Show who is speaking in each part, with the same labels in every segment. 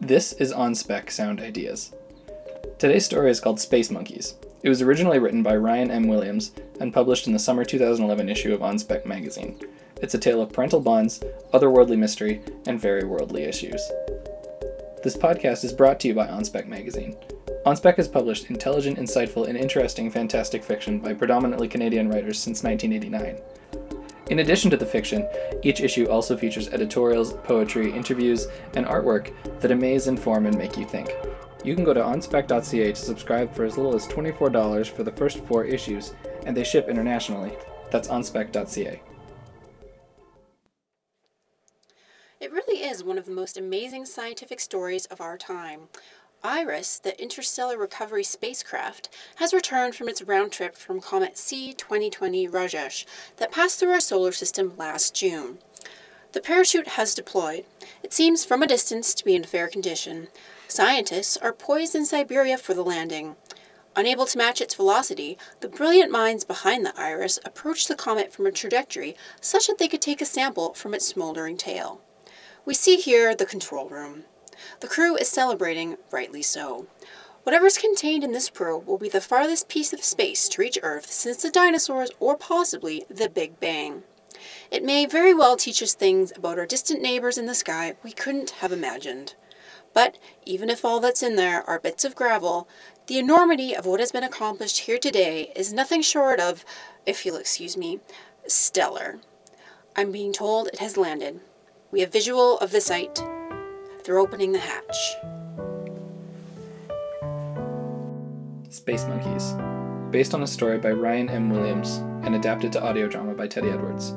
Speaker 1: This is On Spec Sound Ideas. Today's story is called Space Monkeys. It was originally written by Ryan M. Williams and published in the summer 2011 issue of On Spec magazine. It's a tale of parental bonds, otherworldly mystery, and very worldly issues. This podcast is brought to you by OnSpec magazine. OnSpec has published intelligent, insightful, and interesting fantastic fiction by predominantly Canadian writers since 1989. In addition to the fiction, each issue also features editorials, poetry, interviews, and artwork that amaze, inform, and make you think. You can go to onspec.ca to subscribe for as little as $24 for the first four issues, and they ship internationally. That's onspec.ca.
Speaker 2: It really is one of the most amazing scientific stories of our time. IRIS, the interstellar recovery spacecraft, has returned from its round trip from comet C 2020 Rajesh that passed through our solar system last June. The parachute has deployed. It seems from a distance to be in fair condition. Scientists are poised in Siberia for the landing. Unable to match its velocity, the brilliant minds behind the IRIS approached the comet from a trajectory such that they could take a sample from its smoldering tail. We see here the control room. The crew is celebrating, rightly so. Whatever's contained in this probe will be the farthest piece of space to reach Earth since the dinosaurs or possibly the Big Bang. It may very well teach us things about our distant neighbors in the sky we couldn't have imagined. But even if all that's in there are bits of gravel, the enormity of what has been accomplished here today is nothing short of, if you'll excuse me, stellar. I'm being told it has landed. We have visual of the site. They're opening the hatch.
Speaker 1: Space Monkeys, based on a story by Ryan M. Williams and adapted to audio drama by Teddy Edwards.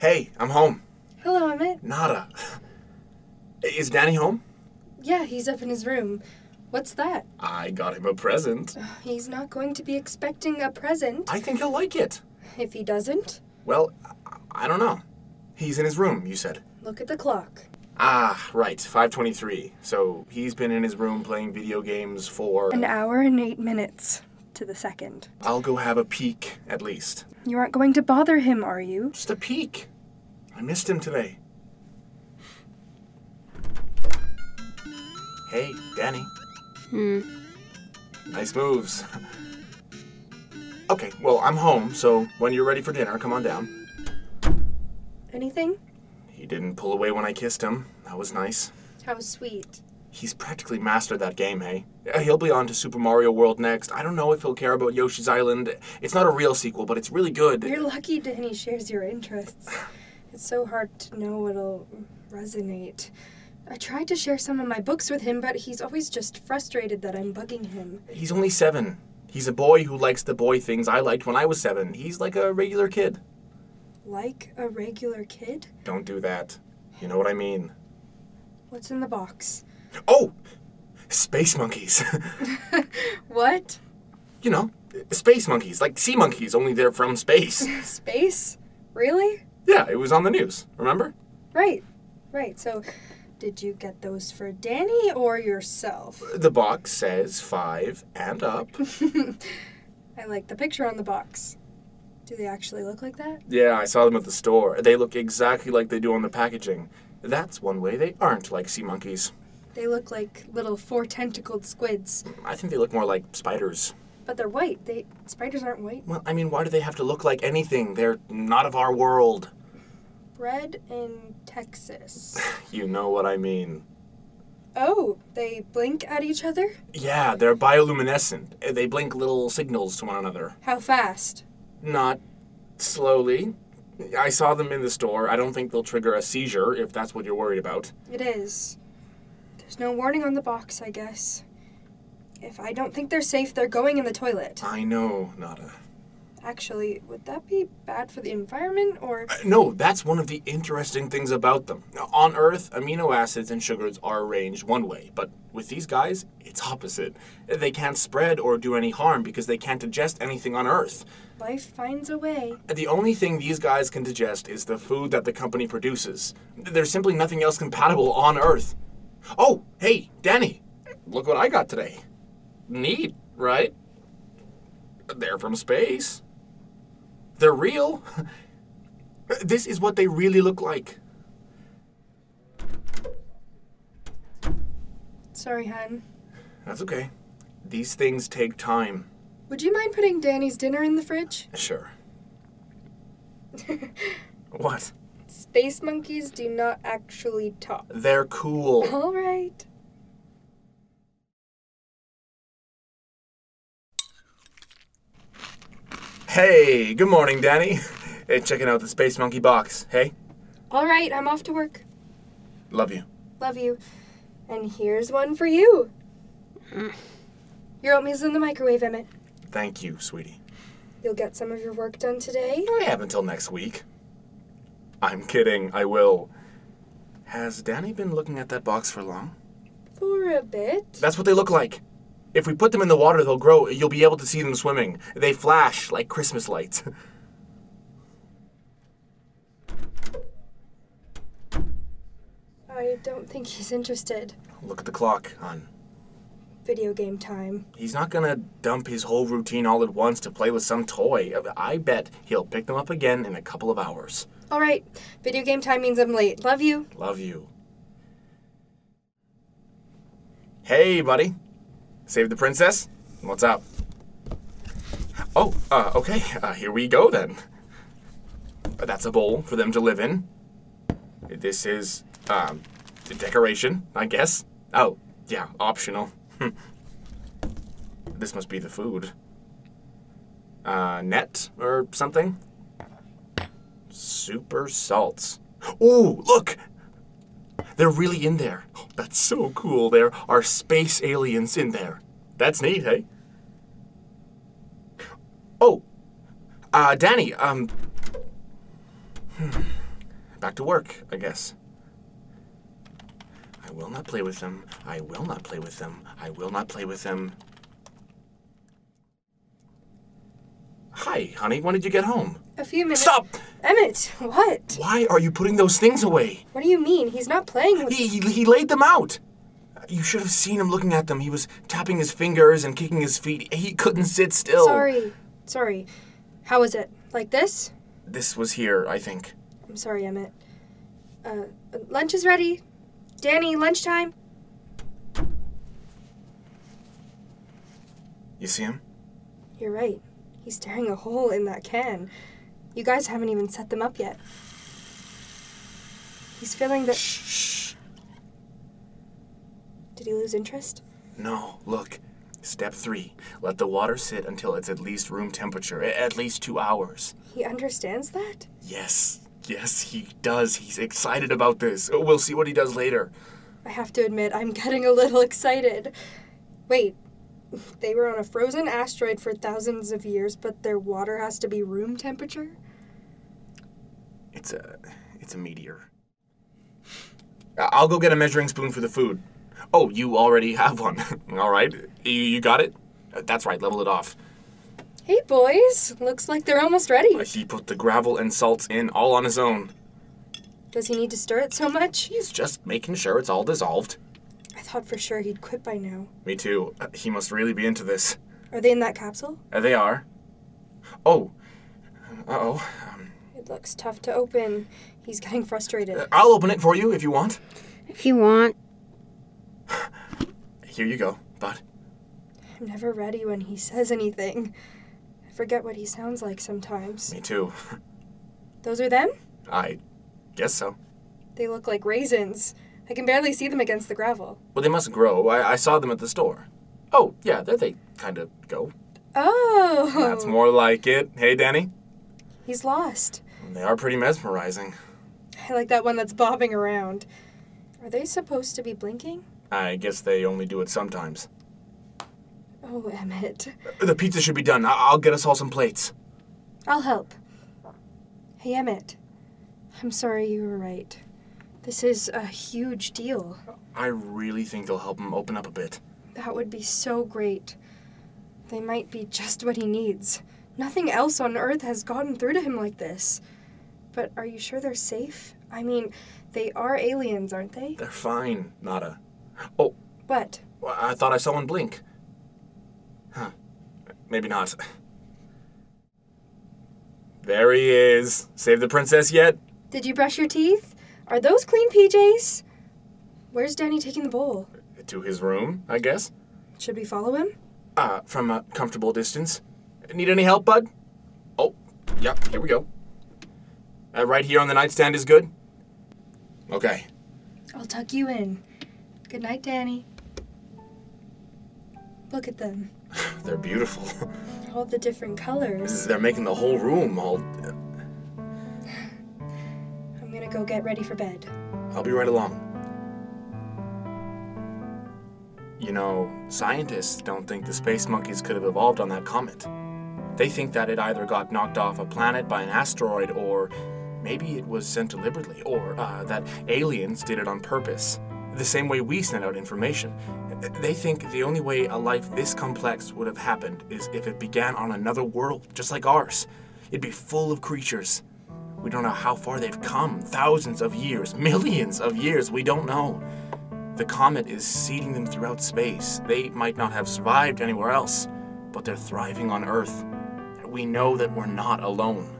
Speaker 3: Hey, I'm home.
Speaker 4: Hello, Emmett.
Speaker 3: Nada. Is Danny home?
Speaker 4: Yeah, he's up in his room. What's that?
Speaker 3: I got him a present.
Speaker 4: He's not going to be expecting a present
Speaker 3: I think he'll like it.
Speaker 4: if he doesn't.
Speaker 3: Well, I- I don't know. He's in his room, you said.
Speaker 4: Look at the clock.
Speaker 3: Ah, right, 523. So he's been in his room playing video games for.
Speaker 4: An hour and eight minutes to the second.
Speaker 3: I'll go have a peek, at least.
Speaker 4: You aren't going to bother him, are you?
Speaker 3: Just a peek. I missed him today. Hey, Danny. Hmm. Nice moves. okay, well, I'm home, so when you're ready for dinner, come on down.
Speaker 4: Anything?
Speaker 3: He didn't pull away when I kissed him. That was nice.
Speaker 4: How sweet.
Speaker 3: He's practically mastered that game, hey? Uh, He'll be on to Super Mario World next. I don't know if he'll care about Yoshi's Island. It's not a real sequel, but it's really good.
Speaker 4: You're lucky Danny shares your interests. It's so hard to know what'll resonate. I tried to share some of my books with him, but he's always just frustrated that I'm bugging him.
Speaker 3: He's only seven. He's a boy who likes the boy things I liked when I was seven. He's like a regular kid.
Speaker 4: Like a regular kid?
Speaker 3: Don't do that. You know what I mean.
Speaker 4: What's in the box?
Speaker 3: Oh! Space monkeys.
Speaker 4: What?
Speaker 3: you know, space monkeys, like sea monkeys, only they're from space.
Speaker 4: Space? Really?
Speaker 3: yeah, it was on the news, remember?
Speaker 4: Right, right. So, did you get those for Danny or yourself?
Speaker 3: The box says five and up.
Speaker 4: I like the picture on the box. Do they actually look like that?
Speaker 3: Yeah, I saw them at the store. They look exactly like they do on the packaging. That's one way they aren't like sea monkeys.
Speaker 4: They look like little four tentacled squids,
Speaker 3: I think they look more like spiders.
Speaker 4: but they're white. They spiders aren't white.
Speaker 3: Well, I mean, why do they have to look like anything? They're not of our world.
Speaker 4: Bred in Texas.
Speaker 3: You know what I mean.
Speaker 4: Oh, they blink at each other?
Speaker 3: Yeah, they're bioluminescent. Uh, They blink little signals to one another.
Speaker 4: How fast?
Speaker 3: Not slowly. I saw them in the store. I don't think they'll trigger a seizure if that's what you're worried about.
Speaker 4: It is. There's no warning on the box, I guess. If I don't think they're safe, they're going in the toilet.
Speaker 3: I know, Nada.
Speaker 4: Actually, would that be bad for the environment or
Speaker 3: No, that's one of the interesting things about them. On Earth, amino acids and sugars are arranged one way, but with these guys, it's opposite. They can't spread or do any harm because they can't digest anything on Earth.
Speaker 4: life finds a way?
Speaker 3: The only thing these guys can digest is the food that the company produces. There's simply nothing else compatible on Earth. Oh, hey, Danny, look what I got today. Neat, right? They're from space. They're real. This is what they really look like.
Speaker 4: Sorry, hon.
Speaker 3: That's okay. These things take time.
Speaker 4: Would you mind putting Danny's dinner in the fridge?
Speaker 3: Sure. What?
Speaker 4: Space monkeys do not actually talk.
Speaker 3: They're cool.
Speaker 4: All right.
Speaker 3: Hey, good morning, Danny. Hey, checking out the Space Monkey box. Hey,
Speaker 4: All right, I'm off to work.
Speaker 3: love you.
Speaker 4: Love you. And here's one for you. Your oatmeal's in the microwave, Emmett.
Speaker 3: Thank you, sweetie.
Speaker 4: You'll get some of your work done today.
Speaker 3: I have until next week. I'm kidding, I will. Has Danny been looking at that box for long?
Speaker 4: For a bit.
Speaker 3: That's what they look like. If we put them in the water, they'll grow. You'll be able to see them swimming. They flash like Christmas lights.
Speaker 4: I don't think he's interested.
Speaker 3: Look at the clock, hon.
Speaker 4: Video game time.
Speaker 3: He's not gonna dump his whole routine all at once to play with some toy. I bet he'll pick them up again in a couple of hours.
Speaker 4: All right, video game time means I'm late. Love you.
Speaker 3: Love you. Hey, buddy. Save the princess? What's up? Oh, uh, okay. Uh, here we go then. Uh, That's a bowl for them to live in. This is, um, the decoration, I guess. Oh, yeah, optional. Hmm. this must be the food. Uh, net or something? Super salts. Ooh, look! They're really in there. Oh, that's so cool. There are space aliens in there. That's neat, hey? Oh, uh, Danny, um. hmm, Back to work, I guess. I will not play with them. I will not play with them. I will not play with them. Hi, honey. When did you get home?
Speaker 4: A few minutes.
Speaker 3: Stop!
Speaker 4: Emmett, what?
Speaker 3: Why are you putting those things away?
Speaker 4: What do you mean? He's not playing with.
Speaker 3: He, he, he laid them out. You should have seen him looking at them. He was tapping his fingers and kicking his feet. He couldn't sit still.
Speaker 4: Sorry. Sorry. How is it? Like this?
Speaker 3: This was here, I think.
Speaker 4: I'm sorry, Emmett. Uh, lunch is ready. Danny, lunchtime.
Speaker 3: You see him?
Speaker 4: You're right. He's staring a hole in that can. You guys haven't even set them up yet. He's feeling the.
Speaker 3: Shh.
Speaker 4: Did he lose interest?
Speaker 3: No, look. Step three let the water sit until it's at least room temperature, a- at least two hours.
Speaker 4: He understands that?
Speaker 3: Yes, yes, he does. He's excited about this. We'll see what he does later.
Speaker 4: I have to admit, I'm getting a little excited. Wait, they were on a frozen asteroid for thousands of years, but their water has to be room temperature?
Speaker 3: It's a it's a meteor. I- I'll go get a measuring spoon for the food. Oh, you already have one. All right. You, you got it? Uh, That's right. Level it off.
Speaker 4: Hey, boys, looks like they're almost ready.
Speaker 3: Uh, He put the gravel and salts in all on his own.
Speaker 4: Does he need to stir it so much?
Speaker 3: He's just making sure it's all dissolved.
Speaker 4: I thought for sure he'd quit by now.
Speaker 3: Me too. Uh, He must really be into this.
Speaker 4: Are they in that capsule?
Speaker 3: Uh, They are. Oh. Uh oh.
Speaker 4: It looks tough to open. He's getting frustrated.
Speaker 3: I'll open it for you if you want.
Speaker 2: If you want.
Speaker 3: Here you go, bud.
Speaker 4: I'm never ready when he says anything. I forget what he sounds like sometimes.
Speaker 3: Me too.
Speaker 4: Those are them?
Speaker 3: I guess so.
Speaker 4: They look like raisins. I can barely see them against the gravel.
Speaker 3: Well, they must grow. I, I saw them at the store. Oh, yeah, there they kind of go.
Speaker 4: Oh!
Speaker 3: That's more like it. Hey, Danny.
Speaker 4: He's lost.
Speaker 3: They are pretty mesmerizing.
Speaker 4: I like that one that's bobbing around. Are they supposed to be blinking?
Speaker 3: I guess they only do it sometimes.
Speaker 4: Oh, Emmett.
Speaker 3: The pizza should be done. I- I'll get us all some plates.
Speaker 4: I'll help. Hey, Emmett. I'm sorry you were right. This is a huge deal.
Speaker 3: I really think they'll help him open up a bit.
Speaker 4: That would be so great. They might be just what he needs. Nothing else on Earth has gotten through to him like this. But are you sure they're safe? I mean, they are aliens, aren't they?
Speaker 3: They're fine, Nada. Oh,
Speaker 4: What?
Speaker 3: Well, I thought I saw one blink. Huh. Maybe not. There he is. Save the princess yet?
Speaker 4: Did you brush your teeth? Are those clean PJs? Where's Danny taking the bowl?
Speaker 3: To his room, I guess.
Speaker 4: Should we follow him?
Speaker 3: Uh, from a comfortable distance. Need any help, bud? Oh, yep, here we go. Uh, right here on the nightstand is good? Okay.
Speaker 4: I'll tuck you in. Good night, Danny. Look at them.
Speaker 3: They're beautiful.
Speaker 4: All the different colors.
Speaker 3: They're making the whole room all.
Speaker 4: I'm gonna go get ready for bed.
Speaker 3: I'll be right along. You know, scientists don't think the space monkeys could have evolved on that comet. They think that it either got knocked off a planet by an asteroid, or maybe it was sent deliberately, or uh, that aliens did it on purpose. The same way we send out information. They think the only way a life this complex would have happened is if it began on another world, just like ours. It'd be full of creatures. We don't know how far they've come. Thousands of years, millions of years, we don't know. The comet is seeding them throughout space. They might not have survived anywhere else, but they're thriving on Earth. We know that we're not alone.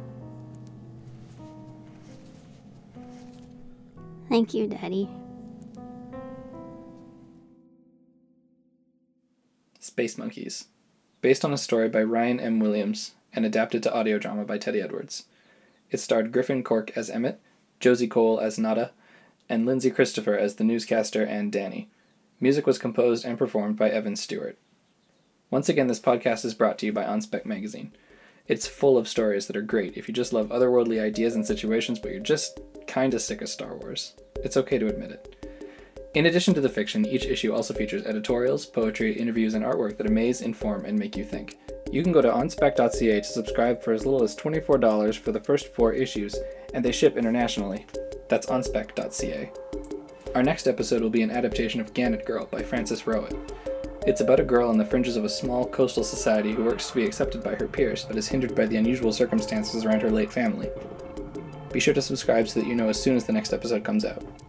Speaker 5: Thank you, Daddy.
Speaker 1: Space Monkeys, based on a story by Ryan M. Williams and adapted to audio drama by Teddy Edwards. It starred Griffin Cork as Emmett, Josie Cole as Nada, and Lindsay Christopher as the newscaster and Danny. Music was composed and performed by Evan Stewart. Once again, this podcast is brought to you by OnSpec Magazine. It's full of stories that are great if you just love otherworldly ideas and situations, but you're just kinda sick of Star Wars. It's okay to admit it. In addition to the fiction, each issue also features editorials, poetry, interviews, and artwork that amaze, inform, and make you think. You can go to onspec.ca to subscribe for as little as $24 for the first four issues, and they ship internationally. That's onspec.ca. Our next episode will be an adaptation of Gannet Girl by Frances Rowett. It's about a girl on the fringes of a small coastal society who works to be accepted by her peers, but is hindered by the unusual circumstances around her late family. Be sure to subscribe so that you know as soon as the next episode comes out.